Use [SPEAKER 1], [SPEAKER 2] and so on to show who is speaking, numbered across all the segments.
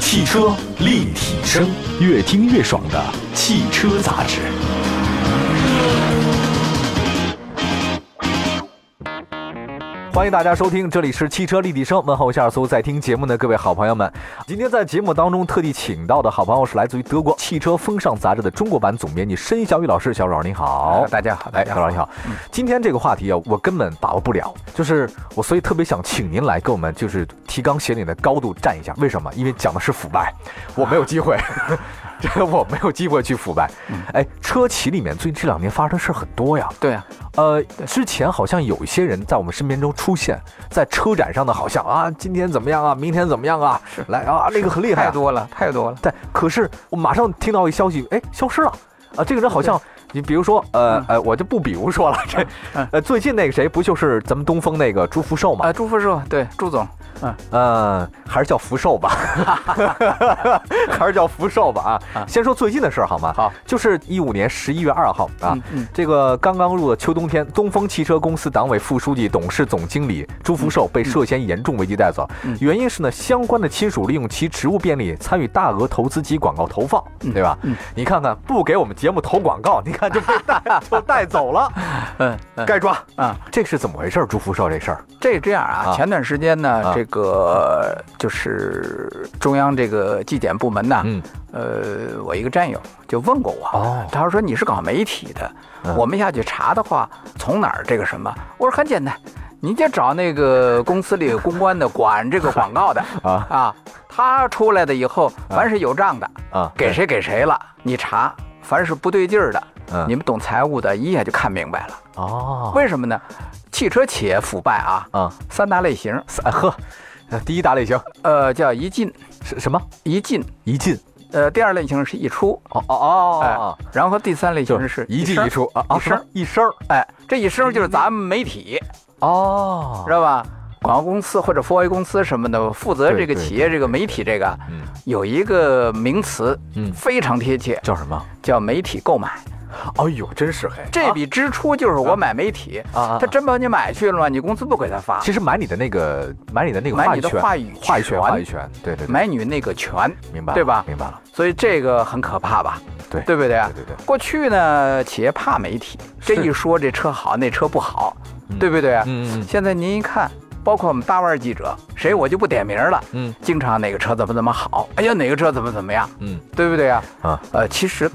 [SPEAKER 1] 汽车立体声，越听越爽的汽车杂志。欢迎大家收听，这里是汽车立体声，问候一下所有在听节目的各位好朋友们。今天在节目当中特地请到的好朋友是来自于德国《汽车风尚》杂志的中国版总编辑申小雨老师，小雨老师您好
[SPEAKER 2] 啊。大家好，
[SPEAKER 1] 哎，
[SPEAKER 2] 大家
[SPEAKER 1] 小老
[SPEAKER 2] 好
[SPEAKER 1] 师你好，今天这个话题啊，我根本把握不了，就是我，所以特别想请您来跟我们就是提纲挈领的高度站一下。为什么？因为讲的是腐败，我没有机会，这个我没有机会去腐败。哎，车企里面最近这两年发生的事儿很多呀。
[SPEAKER 2] 对啊，
[SPEAKER 1] 呃，之前好像有一些人在我们身边中出现在车展上的，好像啊，今天怎么样啊，明天怎么样啊，
[SPEAKER 2] 是
[SPEAKER 1] 来啊，那个很厉害、
[SPEAKER 2] 太
[SPEAKER 1] 啊。
[SPEAKER 2] 多了，太多了。
[SPEAKER 1] 但可是我马上听到一消息，哎，消失了啊！这个人好像你比如说，呃
[SPEAKER 2] 嗯
[SPEAKER 1] 呃，我就不比如说了，这
[SPEAKER 2] 嗯
[SPEAKER 1] 呃最近那个谁不就是咱们东风那个朱福寿嘛？
[SPEAKER 2] 啊，朱副寿，对，朱总，嗯
[SPEAKER 1] 呃，还是叫福寿 吧，还是叫福寿吧啊
[SPEAKER 2] 啊！
[SPEAKER 1] 先说最近的事儿好吗？
[SPEAKER 2] 好，
[SPEAKER 1] 就是一五年十一月二号啊
[SPEAKER 2] 嗯。嗯，
[SPEAKER 1] 这个刚刚入的秋冬天，东风汽车公司党委副书记、董事总经理朱福寿被涉嫌严重违纪带走
[SPEAKER 2] 嗯，
[SPEAKER 1] 原因是呢，相关的亲属利用其职务便利参与大额投资及广告投放，
[SPEAKER 2] 嗯
[SPEAKER 1] 对吧？
[SPEAKER 2] 嗯
[SPEAKER 1] 你看看，不给我们节目投广告，你看就被 带就带走了，
[SPEAKER 2] 嗯嗯
[SPEAKER 1] 该抓。
[SPEAKER 2] 啊，
[SPEAKER 1] 这是怎么回事？朱福寿这事儿，
[SPEAKER 2] 这这样
[SPEAKER 1] 啊
[SPEAKER 2] 啊，前段时间
[SPEAKER 1] 啊
[SPEAKER 2] 呢，这个就是中央这个纪检部门呐，
[SPEAKER 1] 嗯，
[SPEAKER 2] 呃，我一个战友就问过我，
[SPEAKER 1] 哦
[SPEAKER 2] 他说你是搞媒体的，
[SPEAKER 1] 嗯
[SPEAKER 2] 我们下去查的话，从哪儿这个什么？我说很简单，你就找那个公司里公关的管这个广告的
[SPEAKER 1] 啊
[SPEAKER 2] 啊，他出来的以后，凡是有账的，
[SPEAKER 1] 啊，
[SPEAKER 2] 给谁给谁了，你查，凡是不对劲儿的，
[SPEAKER 1] 嗯
[SPEAKER 2] 你们懂财务的一下就看明白了。
[SPEAKER 1] 哦，
[SPEAKER 2] 为什么呢？汽车企业腐败啊，
[SPEAKER 1] 啊，
[SPEAKER 2] 三大类型，
[SPEAKER 1] 三呵，呃第一大类型
[SPEAKER 2] 呃，叫一进
[SPEAKER 1] 是什么？
[SPEAKER 2] 一进，
[SPEAKER 1] 一进，
[SPEAKER 2] 呃，第二类型是一出，
[SPEAKER 1] 哦哦哦
[SPEAKER 2] 哎
[SPEAKER 1] 哦，
[SPEAKER 2] 然后第三类
[SPEAKER 1] 就
[SPEAKER 2] 型是
[SPEAKER 1] 一进
[SPEAKER 2] 声
[SPEAKER 1] 一，出啊啊，
[SPEAKER 2] 一声
[SPEAKER 1] 什么一声儿
[SPEAKER 2] 哎，这一声就是咱们媒体，
[SPEAKER 1] 哦
[SPEAKER 2] 知，道吧？广告公司或者 4A 公司什么的，负责
[SPEAKER 1] 对
[SPEAKER 2] 这个
[SPEAKER 1] 对
[SPEAKER 2] 企业这个媒体这个，
[SPEAKER 1] 嗯
[SPEAKER 2] 有一个名词
[SPEAKER 1] 嗯，
[SPEAKER 2] 非常贴切，
[SPEAKER 1] 叫什么？
[SPEAKER 2] 叫媒体购买。
[SPEAKER 1] 哎呦，真是嘿！
[SPEAKER 2] 这笔支出就是我买媒体，
[SPEAKER 1] 啊啊啊
[SPEAKER 2] 他真把你买去了吗？你工资不给他发，
[SPEAKER 1] 其实买你的那个，买你的那个
[SPEAKER 2] 买
[SPEAKER 1] 话
[SPEAKER 2] 你
[SPEAKER 1] 语
[SPEAKER 2] 的
[SPEAKER 1] 权，
[SPEAKER 2] 话语
[SPEAKER 1] 话语权，
[SPEAKER 2] 权
[SPEAKER 1] 话语权，对对对，
[SPEAKER 2] 买你那个权，
[SPEAKER 1] 明白了，
[SPEAKER 2] 对吧
[SPEAKER 1] 明白了，
[SPEAKER 2] 所以这个很可怕吧？
[SPEAKER 1] 对
[SPEAKER 2] 对不对啊？
[SPEAKER 1] 对对对
[SPEAKER 2] 过去呢，企业怕媒体，这
[SPEAKER 1] 是
[SPEAKER 2] 一说这车好，那车不好，
[SPEAKER 1] 嗯
[SPEAKER 2] 对不对啊？
[SPEAKER 1] 嗯嗯
[SPEAKER 2] 现在您一看，包括我们大腕儿记者，谁我就不点名了，
[SPEAKER 1] 嗯
[SPEAKER 2] 经常哪个车怎么怎么好，哎呀，哪个车怎么怎么样，
[SPEAKER 1] 嗯
[SPEAKER 2] 对不对啊？
[SPEAKER 1] 啊
[SPEAKER 2] 呃，其实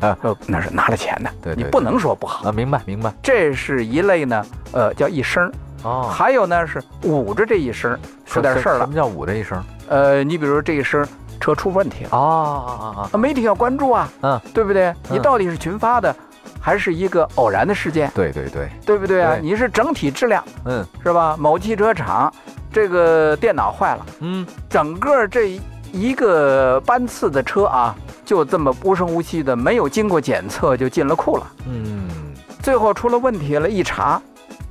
[SPEAKER 2] 呃那是拿了钱的，
[SPEAKER 1] 对对
[SPEAKER 2] 你不能说不好。
[SPEAKER 1] 啊，明白明白
[SPEAKER 2] 这是一类呢，呃，叫一声儿，
[SPEAKER 1] 哦。
[SPEAKER 2] 还有呢是捂着这一声儿出点事儿
[SPEAKER 1] 什
[SPEAKER 2] 了
[SPEAKER 1] 么。叫捂这一声？
[SPEAKER 2] 呃，你比如说这一声儿车出问题了。
[SPEAKER 1] 啊啊啊啊！
[SPEAKER 2] 啊，媒体要关注啊，
[SPEAKER 1] 嗯，
[SPEAKER 2] 对不对？你
[SPEAKER 1] 嗯
[SPEAKER 2] 到底是群发的，还是一个偶然的事件，
[SPEAKER 1] 对对对，
[SPEAKER 2] 对不对啊？
[SPEAKER 1] 对
[SPEAKER 2] 你是整体质量
[SPEAKER 1] 嗯
[SPEAKER 2] 是吧？某汽车厂这个电脑坏了，
[SPEAKER 1] 嗯，
[SPEAKER 2] 整个这一个班次的车啊，就这么无声无息的，没有经过检测就进了库了，
[SPEAKER 1] 嗯
[SPEAKER 2] 最后出了问题了，一查，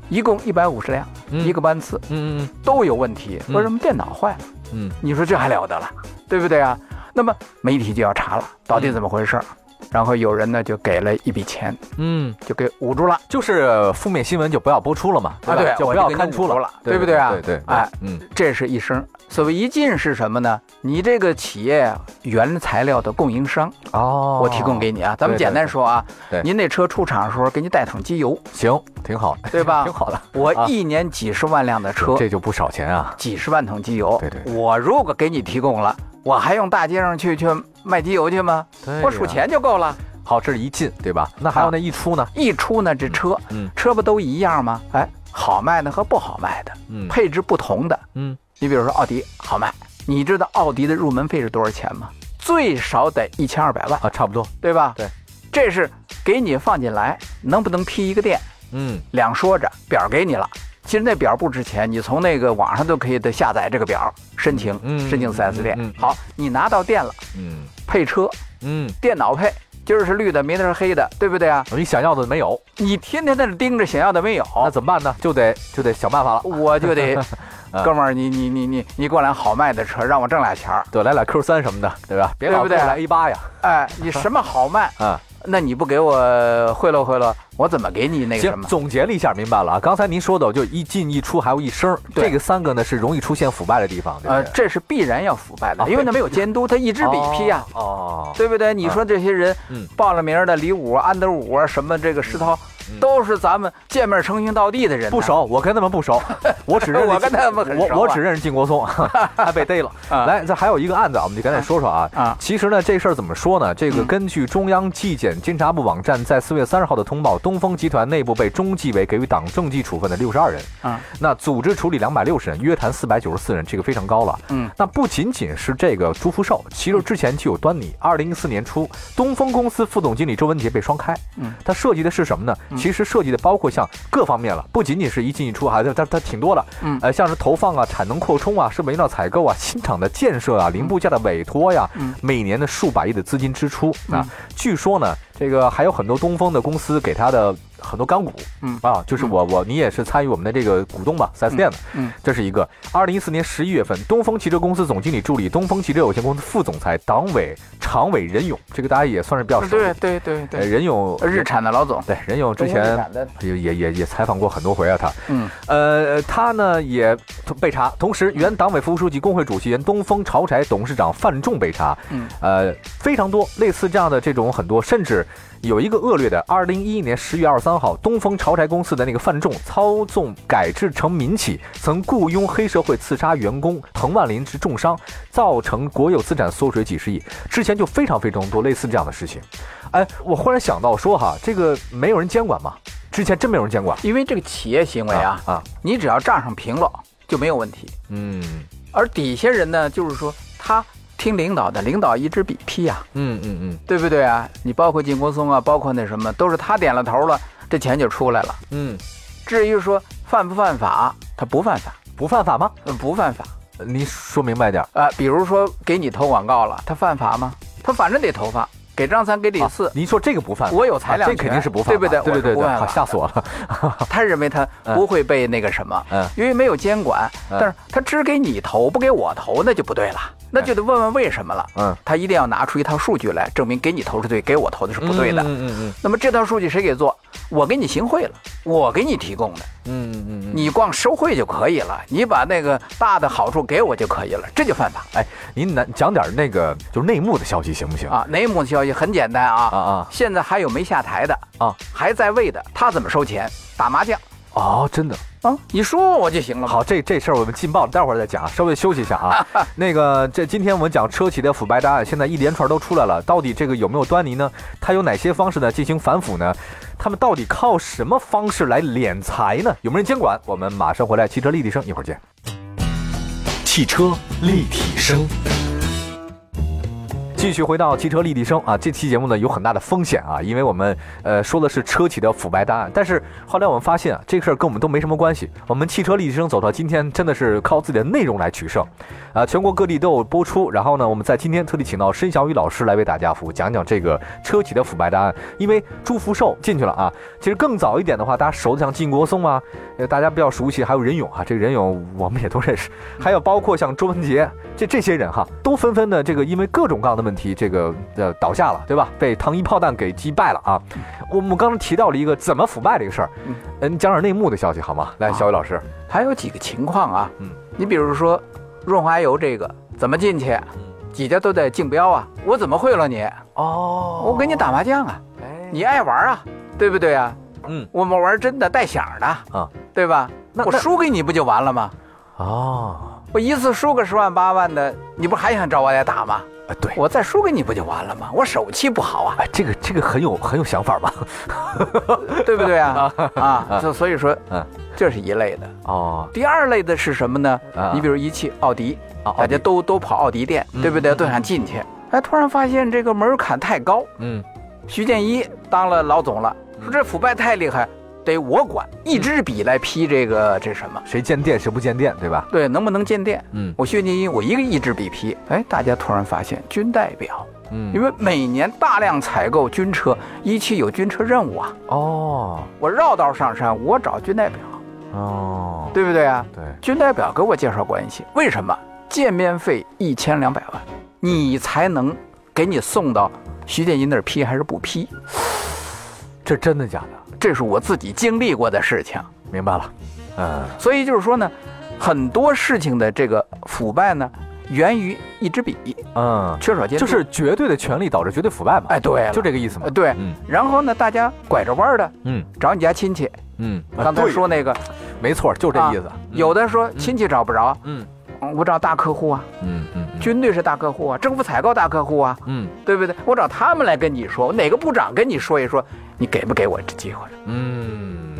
[SPEAKER 2] 一共一百五十辆，
[SPEAKER 1] 嗯
[SPEAKER 2] 一个班次
[SPEAKER 1] 嗯嗯
[SPEAKER 2] 都有问题，
[SPEAKER 1] 嗯
[SPEAKER 2] 为什么电脑坏了？
[SPEAKER 1] 嗯
[SPEAKER 2] 你说这还了得了，对不对啊？那么媒体就要查了，到底怎么回事儿？然后有人呢就给了一笔钱，
[SPEAKER 1] 嗯，
[SPEAKER 2] 就给捂住了
[SPEAKER 1] 就是负面新闻就不要播出了嘛，啊对吧？
[SPEAKER 2] 啊对，
[SPEAKER 1] 就
[SPEAKER 2] 我
[SPEAKER 1] 不要
[SPEAKER 2] 给你
[SPEAKER 1] 刊出
[SPEAKER 2] 捂住
[SPEAKER 1] 了，
[SPEAKER 2] 了，对不对啊？
[SPEAKER 1] 对对，
[SPEAKER 2] 哎，，
[SPEAKER 1] 嗯
[SPEAKER 2] 这是一声。所谓一进是什么呢？你这个企业原材料的供应商，
[SPEAKER 1] 哦，
[SPEAKER 2] 哎我提供给你啊。咱们
[SPEAKER 1] 对
[SPEAKER 2] 简单说啊
[SPEAKER 1] 对对，
[SPEAKER 2] 您那车出厂的时候给你带桶 机油，
[SPEAKER 1] 行，挺好，
[SPEAKER 2] 对吧
[SPEAKER 1] 挺？好的，
[SPEAKER 2] 我
[SPEAKER 1] 啊
[SPEAKER 2] 一年几十万辆的车，
[SPEAKER 1] 这就不少钱啊，
[SPEAKER 2] 几十万桶机油
[SPEAKER 1] 对对，对
[SPEAKER 2] 我如果给你提供了，我还用大街上去去卖机油去吗？
[SPEAKER 1] 对
[SPEAKER 2] 我数
[SPEAKER 1] 哎呀。
[SPEAKER 2] 钱就够了。
[SPEAKER 1] 好，这是一进，对吧？那还有那一出呢？
[SPEAKER 2] 一出呢，这车，
[SPEAKER 1] 嗯
[SPEAKER 2] 车不都一样吗？哎，好卖的和不好卖的，
[SPEAKER 1] 嗯
[SPEAKER 2] 配置不同的。
[SPEAKER 1] 嗯，
[SPEAKER 2] 你比如说奥迪好卖，你知道奥迪的入门费是多少钱吗？最少得一千二百万，
[SPEAKER 1] 啊，差不多，
[SPEAKER 2] 对吧？
[SPEAKER 1] 对，
[SPEAKER 2] 这是给你放进来，能不能批一个店，
[SPEAKER 1] 嗯，
[SPEAKER 2] 两说着，表给你了。其实那表不值钱，你从那个网上都可以的下载这个表，申请
[SPEAKER 1] 嗯
[SPEAKER 2] 申请 4S 店
[SPEAKER 1] 嗯嗯。嗯
[SPEAKER 2] 好，你拿到店了，
[SPEAKER 1] 嗯
[SPEAKER 2] 配车，
[SPEAKER 1] 嗯，
[SPEAKER 2] 电脑配，今儿是绿的，明天是黑的，对不对啊？
[SPEAKER 1] 我你想要的没有，哦
[SPEAKER 2] 你天天在这盯着，想要的没有，
[SPEAKER 1] 那怎么办呢？就得就得想办法了。
[SPEAKER 2] 我就得
[SPEAKER 1] 啊，
[SPEAKER 2] 哥们儿，你你你你你给我来好卖的车，让我挣俩钱儿。
[SPEAKER 1] 对，来俩 Q 三什么的，对吧？别老
[SPEAKER 2] 对不对
[SPEAKER 1] 给我来 A 八呀，
[SPEAKER 2] 哎，你什么好卖？
[SPEAKER 1] 啊，
[SPEAKER 2] 那你不给我贿赂贿赂，我怎么给你那个什
[SPEAKER 1] 行，
[SPEAKER 2] 么？
[SPEAKER 1] 总结了一下，明白了啊。刚才您说的就一进一出，还有一声，
[SPEAKER 2] 对
[SPEAKER 1] 这个三个呢是容易出现腐败的地方，对
[SPEAKER 2] 呃
[SPEAKER 1] 不，对？
[SPEAKER 2] 这是必然要腐败的
[SPEAKER 1] 啊，
[SPEAKER 2] 因为他没有监督，他一支笔批呀，
[SPEAKER 1] 哦，
[SPEAKER 2] 啊对不对？你说这些人
[SPEAKER 1] 嗯
[SPEAKER 2] 报了名儿的李五、安德五啊，什么这个石涛，
[SPEAKER 1] 嗯
[SPEAKER 2] 都是咱们见面称兄道弟的人呢，
[SPEAKER 1] 不熟，我跟他们不 熟，我只认识
[SPEAKER 2] 我跟他们很熟啊
[SPEAKER 1] 我我只认识靖国 松，还被逮了。
[SPEAKER 2] 啊
[SPEAKER 1] 来，这还有一个案子啊，我们就赶紧说说啊。
[SPEAKER 2] 啊
[SPEAKER 1] 其实呢，这事儿怎么说呢？这个
[SPEAKER 2] 嗯
[SPEAKER 1] 根据中央纪检监察部网站在四月三十号的通报，东风集团内部被中纪委给予党政纪处分的六十二人，
[SPEAKER 2] 啊，
[SPEAKER 1] 那组织处理两百六十人，约谈四百九十四人，这个非常高了。
[SPEAKER 2] 嗯
[SPEAKER 1] 那不仅仅是这个朱福寿，其实之前就有端倪。二零一四年初，东风公司副总经理周文杰被双开，
[SPEAKER 2] 嗯
[SPEAKER 1] 它涉及的是什么呢？其实涉及的包括像各方面了，不仅仅是一进一出，还它它它挺多的，
[SPEAKER 2] 嗯
[SPEAKER 1] 呃，像是投放啊、产能扩充啊、设备营造采购啊、新厂的建设啊、零部件的委托呀、
[SPEAKER 2] 嗯
[SPEAKER 1] 每年的数百亿的资金支出啊
[SPEAKER 2] 嗯。
[SPEAKER 1] 据说呢，这个还有很多东风的公司给他的很多钢骨，
[SPEAKER 2] 嗯
[SPEAKER 1] 啊，就是我我你也是参与我们的这个股东吧，4 S 店的，
[SPEAKER 2] 嗯嗯
[SPEAKER 1] 这是一个。二零一四年十一月份，东风汽车公司总经理助理、东风汽车有限公司副总裁、党委常委任勇，这个大家也算是比较熟悉。
[SPEAKER 2] 啊对对对
[SPEAKER 1] 呃，
[SPEAKER 2] 对，
[SPEAKER 1] 任勇
[SPEAKER 2] 日产的老总，
[SPEAKER 1] 对任勇之
[SPEAKER 2] 中国日
[SPEAKER 1] 前
[SPEAKER 2] 产的
[SPEAKER 1] 也也也也采访过很多回啊，他
[SPEAKER 2] 嗯
[SPEAKER 1] 呃，他呢也被查，同时原党委副书记、工会主席、原东风潮柴董事长范仲被查，
[SPEAKER 2] 嗯
[SPEAKER 1] 呃，非常多类似这样的这种很多，甚至有一个恶劣的，二零一一年十月二十三号，东风潮柴公司的那个范仲操纵改制成民企，曾雇佣黑社会刺杀员工滕万林之重伤，造成国有资产缩水几十亿。之前就非常非常多类似这样的事情。哎，我忽然想到说哈，这个没有人监管嘛，之前真没有人监管。
[SPEAKER 2] 因为这个企业行为啊，
[SPEAKER 1] 啊，
[SPEAKER 2] 你只要账上平了就没有问题，
[SPEAKER 1] 嗯
[SPEAKER 2] 而底下人呢，就是说他听领导的，领导一支笔批呀、
[SPEAKER 1] 嗯嗯嗯
[SPEAKER 2] 对不对啊？你包括晋国松啊，包括那什么，都是他点了头了，这钱就出来了。
[SPEAKER 1] 嗯，
[SPEAKER 2] 至于说犯不犯法，他不犯法，
[SPEAKER 1] 不犯法吗？
[SPEAKER 2] 呃不犯法。
[SPEAKER 1] 您说明白点儿。
[SPEAKER 2] 呃，比如说给你投广告了，他犯法吗？他反正得投放，给张三给李四，
[SPEAKER 1] 您啊说这个不犯法，
[SPEAKER 2] 我有裁量
[SPEAKER 1] 啊
[SPEAKER 2] 权
[SPEAKER 1] 这肯定是不犯法，
[SPEAKER 2] 对不对
[SPEAKER 1] 对对
[SPEAKER 2] 我
[SPEAKER 1] 对
[SPEAKER 2] 是不
[SPEAKER 1] 对，
[SPEAKER 2] 犯
[SPEAKER 1] 好
[SPEAKER 2] 法
[SPEAKER 1] 吓死我了。
[SPEAKER 2] 他认为他
[SPEAKER 1] 嗯
[SPEAKER 2] 不会被那个什么，
[SPEAKER 1] 嗯
[SPEAKER 2] 因为没有监管，
[SPEAKER 1] 嗯
[SPEAKER 2] 但是他只给你投，不给我投，那就不对了，那就得问问为什么了。
[SPEAKER 1] 嗯，
[SPEAKER 2] 他一定要拿出一套数据来证明给你投是对，给我投的是不对的。
[SPEAKER 1] 嗯嗯
[SPEAKER 2] 那么这套数据谁给做？我给你行贿了，我给你提供的，
[SPEAKER 1] 嗯嗯嗯嗯。
[SPEAKER 2] 你光收贿就可以了，你把那个大的好处给我就可以了，这就犯法
[SPEAKER 1] 哎，您能讲点儿那个就是内幕的消息行不行？
[SPEAKER 2] 啊！内幕消息很简单啊，
[SPEAKER 1] 啊啊
[SPEAKER 2] 现在还有没下台的
[SPEAKER 1] 啊！
[SPEAKER 2] 还在位的，他怎么收钱？打麻将
[SPEAKER 1] 哦，真的。
[SPEAKER 2] 啊！你说我就行了嘛。
[SPEAKER 1] 好，这这事儿我们劲爆了，待会儿再讲，稍微休息一下啊。那个，这今天我们讲车企的腐败大案，现在一连串都出来了，到底这个有没有端倪呢？它有哪些方式呢进行反腐呢？他们到底靠什么方式来敛财呢？有没有人监管？我们马上回来，汽车立体声，一会儿见。
[SPEAKER 3] 汽车立体声，
[SPEAKER 1] 继续回到汽车立体声啊，这期节目呢有很大的风险啊，因为我们呃说的是车企的腐败大案，但是后来我们发现啊，这个事儿跟我们都没什么关系。我们汽车立体声走到今天，真的是靠自己的内容来取胜，啊、全国各地都有播出。然后呢，我们在今天特地请到申小雨老师来为大家服务，讲讲这个车企的腐败大案。因为朱福寿进去了啊，其实更早一点的话，大家熟的像晋国松啊，呃，大家比较熟悉，还有任勇啊，这个任勇我们也都认识，还有包括像周文杰啊这这些人哈，都纷纷的这个因为各种各样的问题，这个呃倒下了，对吧？被糖衣炮弹给击败了啊！我们刚刚提到了一个怎么腐败这个事儿
[SPEAKER 2] 嗯，
[SPEAKER 1] 嗯，你讲点内幕的消息好吗？来，
[SPEAKER 2] 啊
[SPEAKER 1] 小雨老师，
[SPEAKER 2] 还有几个情况啊，
[SPEAKER 1] 嗯，
[SPEAKER 2] 你比如说润滑油这个怎么进去？啊
[SPEAKER 1] 嗯
[SPEAKER 2] 几家都在竞标啊，我怎么贿赂你？
[SPEAKER 1] 哦
[SPEAKER 2] 啊我给你，打麻将啊，
[SPEAKER 1] 你
[SPEAKER 2] 你爱玩啊，对不对啊？
[SPEAKER 1] 嗯，
[SPEAKER 2] 我们玩真的带响的
[SPEAKER 1] 啊，
[SPEAKER 2] 对吧？
[SPEAKER 1] 那
[SPEAKER 2] 我
[SPEAKER 1] 那
[SPEAKER 2] 输给你不就完了吗？
[SPEAKER 1] 哦，
[SPEAKER 2] 我一次输个十万八万的，你不还想找我来打吗？
[SPEAKER 1] 啊对，
[SPEAKER 2] 我再输给你不就完了吗？我手气不 好啊，
[SPEAKER 1] 哎，这个这个很有很有想法嘛，
[SPEAKER 2] 对不对啊？啊，就所以说
[SPEAKER 1] 嗯，
[SPEAKER 2] 这是一类的。
[SPEAKER 1] 哦，
[SPEAKER 2] 第二类的是什么呢
[SPEAKER 1] 啊？
[SPEAKER 2] 你比如一汽奥迪，
[SPEAKER 1] 啊
[SPEAKER 2] 大家都都跑奥迪店，对不对？
[SPEAKER 1] 嗯
[SPEAKER 2] 都想进去，哎，突然发现这个门槛太高。
[SPEAKER 1] 嗯，
[SPEAKER 2] 徐建一当了老总了，说这腐败太厉害，得我管，一支笔来批这个这什么？
[SPEAKER 1] 谁见电谁不见电，对吧？
[SPEAKER 2] 对，能不能建店？
[SPEAKER 1] 嗯
[SPEAKER 2] 我徐建一，我一个一支笔批。哎，大家突然发现军代表，
[SPEAKER 1] 嗯，
[SPEAKER 2] 因为每年大量采购军车，一汽有军车任务啊，
[SPEAKER 1] 哦
[SPEAKER 2] 我绕道上山，我找军代表，
[SPEAKER 1] 哦，
[SPEAKER 2] 对不对啊？
[SPEAKER 1] 对，
[SPEAKER 2] 军代表给我介绍关系，为什么见面费一千两百万，你才能给你送到徐建新那儿批还是不批？
[SPEAKER 1] 这真的假的？
[SPEAKER 2] 这是我自己经历过的事情。
[SPEAKER 1] 明白了，嗯，
[SPEAKER 2] 所以就是说呢，很多事情的这个腐败呢，源于一支笔，
[SPEAKER 1] 嗯，
[SPEAKER 2] 缺少监督。
[SPEAKER 1] 就是绝对的权利导致绝对腐败嘛，
[SPEAKER 2] 哎，对了，
[SPEAKER 1] 就这个意思嘛
[SPEAKER 2] 呃，对。
[SPEAKER 1] 嗯
[SPEAKER 2] 然后呢，大家拐着弯儿的
[SPEAKER 1] 嗯
[SPEAKER 2] 找你家亲戚，
[SPEAKER 1] 嗯，啊
[SPEAKER 2] 刚才
[SPEAKER 1] 对
[SPEAKER 2] 说那个，
[SPEAKER 1] 没错，就这意思，
[SPEAKER 2] 啊有的说亲戚找不着，
[SPEAKER 1] 嗯
[SPEAKER 2] 嗯我找大客户啊，
[SPEAKER 1] 嗯嗯嗯
[SPEAKER 2] 军队是大客户啊，政府采购大客户啊，
[SPEAKER 1] 嗯
[SPEAKER 2] 对不对？我找他们来跟你说，哪个部长跟你说一说，你给不给我这机会？
[SPEAKER 1] 嗯，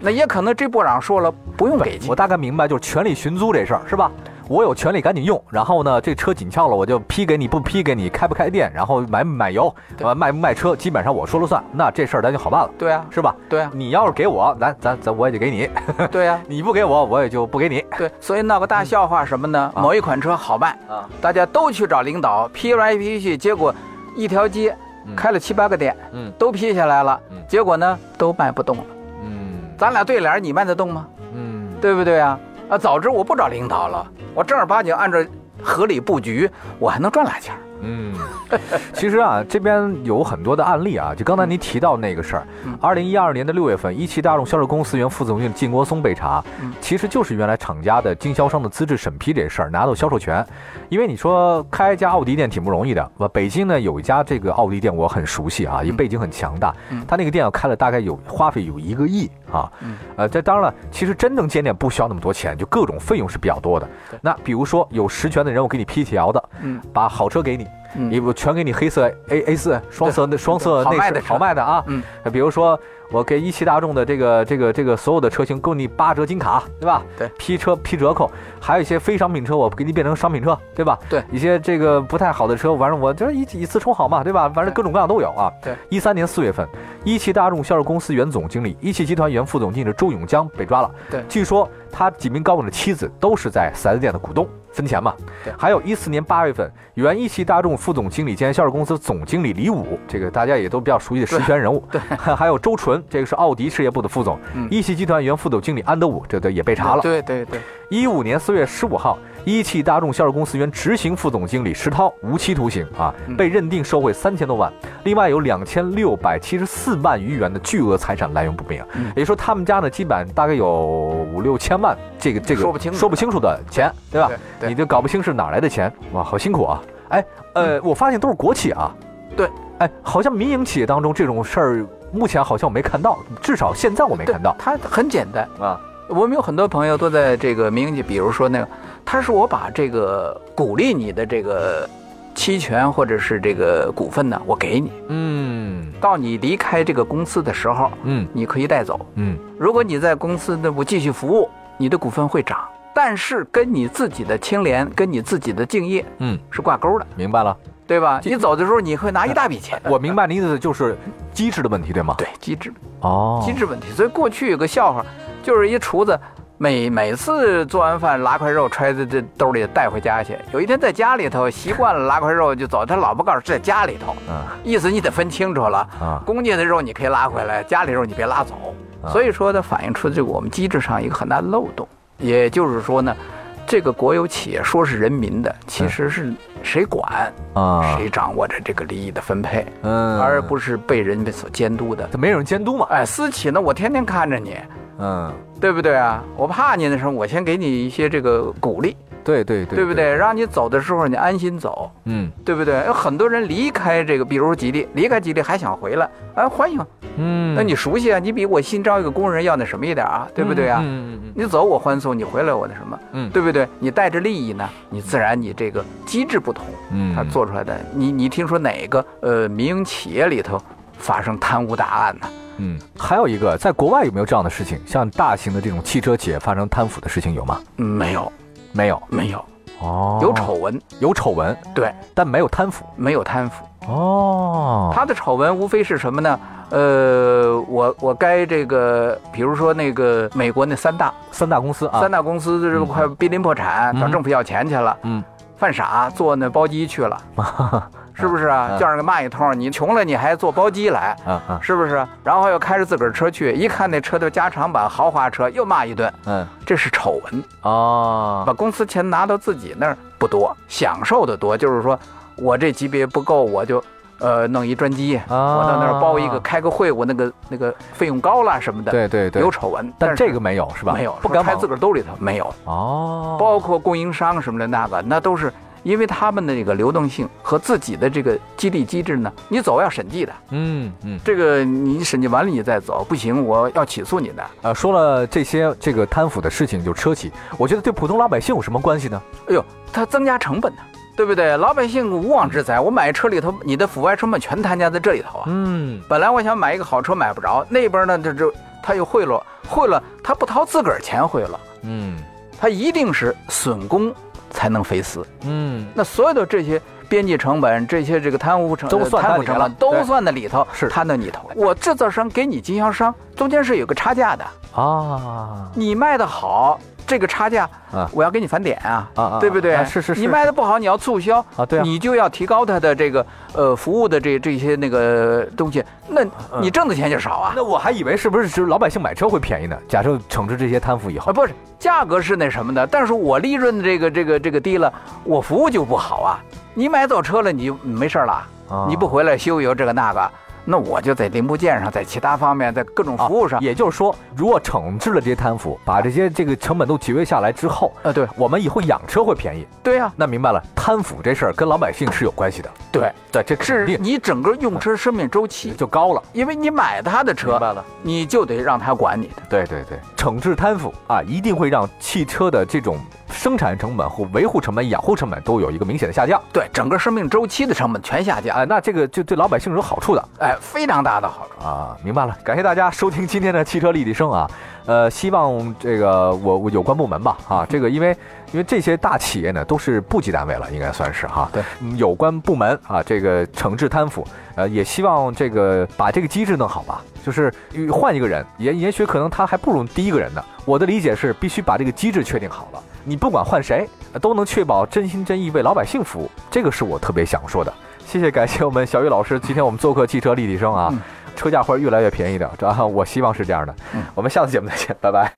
[SPEAKER 2] 那也可能这部长说了不用给
[SPEAKER 1] 我
[SPEAKER 2] 钱，
[SPEAKER 1] 大概明白，就是权利寻租这事儿是吧？我有权利赶紧用，然后呢，这车紧俏了，我就批给你，不批给你，开不开店，然后买不买油，
[SPEAKER 2] 对
[SPEAKER 1] 呃，卖不卖车，基本上我说了算，那这事儿咱就好办了，
[SPEAKER 2] 对啊，
[SPEAKER 1] 是吧？
[SPEAKER 2] 对啊，
[SPEAKER 1] 你要是给我，咱咱咱我也就给你；
[SPEAKER 2] 对 啊，
[SPEAKER 1] 你不给我，我也就不给你。
[SPEAKER 2] 对，啊所以闹个大笑话什么呢？
[SPEAKER 1] 啊
[SPEAKER 2] 某一款车好卖，
[SPEAKER 1] 啊，
[SPEAKER 2] 大家都去找领导批来批去，结果一条街
[SPEAKER 1] 嗯
[SPEAKER 2] 开了七八个店，
[SPEAKER 1] 嗯
[SPEAKER 2] 都批下来了
[SPEAKER 1] 嗯，
[SPEAKER 2] 结果呢都卖不动了。
[SPEAKER 1] 嗯，
[SPEAKER 2] 咱俩对联儿，你卖得动吗？
[SPEAKER 1] 嗯
[SPEAKER 2] 对不对啊？啊，早知我不找领导了，我正儿八经按照合理布局，我还能赚俩钱儿。
[SPEAKER 1] 嗯，其实啊，这边有很多的案例啊，就刚才您提到那个事儿
[SPEAKER 2] 嗯，
[SPEAKER 1] 二零一二年的六月份，一汽大众销售公司原副总经理靳国松被查
[SPEAKER 2] 嗯，
[SPEAKER 1] 其实就是原来厂家的经销商的资质审批这事儿拿到销售权，因为你说开一家奥迪店挺不容易的，我北京呢有一家这个奥迪店我很熟悉啊，也
[SPEAKER 2] 嗯
[SPEAKER 1] 背景很强大
[SPEAKER 2] 嗯，
[SPEAKER 1] 他那个店要开了大概有花费有一个亿啊
[SPEAKER 2] 嗯，
[SPEAKER 1] 呃，这当然了，其实真正建店不需要那么多钱，就各种费用是比较多的
[SPEAKER 2] 对。
[SPEAKER 1] 那比如说有实权的人，我给你批条的，
[SPEAKER 2] 嗯
[SPEAKER 1] 把好车给你。你
[SPEAKER 2] 嗯
[SPEAKER 1] 我全给你黑色 A A 四双色那双色
[SPEAKER 2] 好
[SPEAKER 1] 内
[SPEAKER 2] 卖
[SPEAKER 1] 饰
[SPEAKER 2] 的车
[SPEAKER 1] 好卖的啊，
[SPEAKER 2] 嗯，
[SPEAKER 1] 比如说我给一汽大众的这个这个这个所有的车型给你八折金卡，对吧？
[SPEAKER 2] 对
[SPEAKER 1] 批车批折扣，还有一些非商品车我给你变成商品车，对吧？
[SPEAKER 2] 对
[SPEAKER 1] 一些这个不太好的车，反正我就是一一次充好嘛，对吧？反正
[SPEAKER 2] 对
[SPEAKER 1] 各种各样都有啊。
[SPEAKER 2] 对，
[SPEAKER 1] 一三年四月份，一汽大众销售公司原总经理、一汽集团原副总经理周永江被抓了。
[SPEAKER 2] 对
[SPEAKER 1] 据说他几名高管的妻子都是在 4S 店的股东，分钱嘛。
[SPEAKER 2] 对
[SPEAKER 1] 还有一四年八月份，原一汽大众副总经理兼销售公司总经理李武，这个大家也都比较熟悉的实权人物。对， 还有周纯，这个是奥迪事业部的副总，
[SPEAKER 2] 嗯
[SPEAKER 1] 一汽集团原副总经理安德武，这都也被查了。
[SPEAKER 2] 对对对，
[SPEAKER 1] 一五年四月十五号，一汽大众销售公司原执行副总经理石涛无期徒刑啊，
[SPEAKER 2] 嗯
[SPEAKER 1] 被认定受贿三千多万，另外有两千六百七十四万余元的巨额财产来源不明
[SPEAKER 2] 嗯，
[SPEAKER 1] 也就是说他们家呢，基本大概有五六千万，这个这个
[SPEAKER 2] 说不清楚
[SPEAKER 1] 说不清楚的钱，对吧？
[SPEAKER 2] 对
[SPEAKER 1] 啊你就
[SPEAKER 2] 对
[SPEAKER 1] 搞不清是哪来的钱，哇，好辛苦啊！哎，呃，我发现都是国企啊，
[SPEAKER 2] 嗯对，
[SPEAKER 1] 哎，好像民营企业当中这种事儿，目前好像我没看到，至少现在我没
[SPEAKER 2] 对
[SPEAKER 1] 看到
[SPEAKER 2] 它很简单。
[SPEAKER 1] 啊，
[SPEAKER 2] 我们有很多朋友都在这个民营企业，比如说那个，他是我把这个鼓励你的这个期权或者是这个股份呢，我给你，
[SPEAKER 1] 嗯
[SPEAKER 2] 到你离开这个公司的时候，
[SPEAKER 1] 嗯
[SPEAKER 2] 你可以带走。
[SPEAKER 1] 嗯
[SPEAKER 2] 如果你在公司内部继续服务，你的股份会涨，但是跟你自己的清廉、跟你自己的敬业
[SPEAKER 1] 嗯，
[SPEAKER 2] 是挂钩的，
[SPEAKER 1] 明白了。
[SPEAKER 2] 对吧？你走的时候你会拿一大笔钱。
[SPEAKER 1] 我明白你的意思就是机制的问题， 对吗？
[SPEAKER 2] 对机制
[SPEAKER 1] 哦，
[SPEAKER 2] 机制问题，所以过去有个笑话，就是一厨子每每次做完饭拉块肉揣在这兜里带回家去。有一天在家里头习惯了拉块肉就走，他老婆告诉是在家里头，
[SPEAKER 1] 嗯
[SPEAKER 2] 意思你得分清楚了，
[SPEAKER 1] 啊，
[SPEAKER 2] 公家的肉你可以拉回来，家里肉你别拉走。
[SPEAKER 1] 啊
[SPEAKER 2] 所以说呢，反映出这个我们机制上一个很大的漏洞。也就是说呢，这个国有企业说是人民的，其实是谁管、
[SPEAKER 1] 啊，
[SPEAKER 2] 谁掌握着这个利益的分配，
[SPEAKER 1] 嗯，
[SPEAKER 2] 而不是被人民所监督的。
[SPEAKER 1] 他没有人监督嘛，
[SPEAKER 2] 哎，私企呢，我天天看着你，
[SPEAKER 1] 嗯，
[SPEAKER 2] 对不对啊？我怕你的时候，我先给你一些这个鼓励，
[SPEAKER 1] 对对对，
[SPEAKER 2] 对不？对？让你走的时候你安心走，
[SPEAKER 1] 嗯
[SPEAKER 2] 对不对？有很多人离开这个，比如说吉利，离开吉利还想回来，哎，欢迎，
[SPEAKER 1] 嗯，
[SPEAKER 2] 那你熟悉啊，你比我新招一个工人要那什么一点啊，对不对啊？
[SPEAKER 1] 嗯嗯
[SPEAKER 2] 你走我欢送，你回来我那什么，
[SPEAKER 1] 嗯
[SPEAKER 2] 对不对？你带着利益呢，你自然你这个机制不同，
[SPEAKER 1] 嗯，
[SPEAKER 2] 它做出来的，你你听说哪个呃民营企业里头发生贪污大案呢？
[SPEAKER 1] 嗯，还有一个，在国外有没有这样的事情？像大型的这种汽车企业发生贪腐的事情有吗？
[SPEAKER 2] 嗯没有，
[SPEAKER 1] 没有，
[SPEAKER 2] 没有，
[SPEAKER 1] 哦，
[SPEAKER 2] 有丑闻，
[SPEAKER 1] 有丑闻，
[SPEAKER 2] 对，
[SPEAKER 1] 但没有贪腐，
[SPEAKER 2] 没有贪腐。
[SPEAKER 1] 哦，
[SPEAKER 2] 他的丑闻无非是什么呢？呃，我我该这个，比如说那个美国那三大、
[SPEAKER 1] 三大公司啊，
[SPEAKER 2] 三大公司，这个快濒临破产，
[SPEAKER 1] 嗯
[SPEAKER 2] 找政府要钱去了，
[SPEAKER 1] 嗯，
[SPEAKER 2] 犯傻做那包机去了， 是不是啊？
[SPEAKER 1] 嗯
[SPEAKER 2] 叫人给骂一通，你穷了你还做包机来，
[SPEAKER 1] 啊啊
[SPEAKER 2] 是不是？然后又开着自个儿车去，一看那车都加长版豪华车，又骂一顿，
[SPEAKER 1] 嗯
[SPEAKER 2] 这是丑闻。
[SPEAKER 1] 哦，
[SPEAKER 2] 把公司钱拿到自己那儿不多，享受的多，就是说我这级别不够，我就呃弄一专机，
[SPEAKER 1] 啊
[SPEAKER 2] 我到那儿包一个，开个会，我那个那个费用高啦什么的，
[SPEAKER 1] 对对对
[SPEAKER 2] 有，丑闻，
[SPEAKER 1] 但
[SPEAKER 2] 是
[SPEAKER 1] 这个没有是吧？
[SPEAKER 2] 没有，
[SPEAKER 1] 不敢
[SPEAKER 2] 拍
[SPEAKER 1] 往
[SPEAKER 2] 自个儿兜里头没有，
[SPEAKER 1] 哦，
[SPEAKER 2] 包括供应商什么的那个，那都是因为他们的这个流动性和自己的这个激励机制呢，你走要审计的，
[SPEAKER 1] 嗯嗯，
[SPEAKER 2] 这个你审计完了你再走，不行我要起诉你的。
[SPEAKER 1] 呃，说了这些这个贪腐的事情，就车企，我觉得对普通老百姓有什么关系呢？
[SPEAKER 2] 哎呦，它增加成本呢、对不对？老百姓无妄之灾，我买车里头，你的腐败成本全添加在这里头啊。
[SPEAKER 1] 嗯，
[SPEAKER 2] 本来我想买一个好车买不着，那边呢这这他又贿赂，贿赂他不掏自个儿钱贿赂，
[SPEAKER 1] 嗯
[SPEAKER 2] 他一定是损公才能肥私。
[SPEAKER 1] 嗯，
[SPEAKER 2] 那所有的这些边际成本，这些这个贪污成
[SPEAKER 1] 都算
[SPEAKER 2] 贪
[SPEAKER 1] 在
[SPEAKER 2] 污
[SPEAKER 1] 里
[SPEAKER 2] 成
[SPEAKER 1] 了
[SPEAKER 2] 本都
[SPEAKER 1] 对
[SPEAKER 2] 算在里头，
[SPEAKER 1] 是
[SPEAKER 2] 摊到你头来。我制造商给你经销商中间是有个差价的，
[SPEAKER 1] 啊
[SPEAKER 2] 你卖的好，这个差价
[SPEAKER 1] 啊
[SPEAKER 2] 我要给你返点啊。
[SPEAKER 1] 啊啊，
[SPEAKER 2] 对不对？
[SPEAKER 1] 啊是是是，
[SPEAKER 2] 你卖的不好，你要促销
[SPEAKER 1] 啊对啊
[SPEAKER 2] 你就要提高它的这个呃服务的这这些那个东西，那
[SPEAKER 1] 嗯
[SPEAKER 2] 你挣的钱就少啊。
[SPEAKER 1] 那我还以为是不是只有老百姓买车会便宜呢？假设惩治这些贪腐以
[SPEAKER 2] 啊，
[SPEAKER 1] 后，
[SPEAKER 2] 不是，价格是那什么的，但是我利润这个这个这个低了，我服务就不好啊。你买走车了，你就没事儿了，
[SPEAKER 1] 啊
[SPEAKER 2] 你不回来修油这个那个，那我就在零部件上，在其他方面，在各种服务上，
[SPEAKER 1] 啊也就是说，如果惩治了这些贪腐，把这些这个成本都节约下来之后，
[SPEAKER 2] 啊，对
[SPEAKER 1] 我们以后养车会便宜。
[SPEAKER 2] 对呀、
[SPEAKER 1] 那明白了，贪腐这事儿跟老百姓是有关系的，
[SPEAKER 2] 对，
[SPEAKER 1] 对，这肯
[SPEAKER 2] 是
[SPEAKER 1] 定
[SPEAKER 2] 你整个用车生命周期，
[SPEAKER 1] 就高了。
[SPEAKER 2] 因为你买他的
[SPEAKER 1] 明
[SPEAKER 2] 车，
[SPEAKER 1] 白了，
[SPEAKER 2] 你就得让他管你的。
[SPEAKER 1] 对对对，惩治贪腐啊，一定会让汽车的这种生产成本和维护成本、养护成本都有一个明显的下降。
[SPEAKER 2] 对，整个生命周期的成本全下降，
[SPEAKER 1] 啊，那这个就对老百姓是有好处的
[SPEAKER 2] 哎，非常大的好处。
[SPEAKER 1] 啊！明白了，感谢大家收听今天的汽车立体声啊，呃，希望这个我我有关部门吧啊，这个因为因为这些大企业呢都是部级单位了，应该算是哈、
[SPEAKER 2] 对
[SPEAKER 1] 嗯，有关部门啊，这个惩治贪腐，呃，也希望这个把这个机制弄好吧，就是与换一个人，也也许可能他还不如第一个人呢。我的理解是，必须把这个机制确定好了，你不管换谁，呃都能确保真心真意为老百姓服务，这个是我特别想说的。谢谢，感谢我们小雨老师，今天我们做客汽车立体声啊，
[SPEAKER 2] 嗯
[SPEAKER 1] 车价会越来越便宜的，这啊，我希望是这样的。
[SPEAKER 2] 嗯
[SPEAKER 1] 我们下次节目再见，拜拜。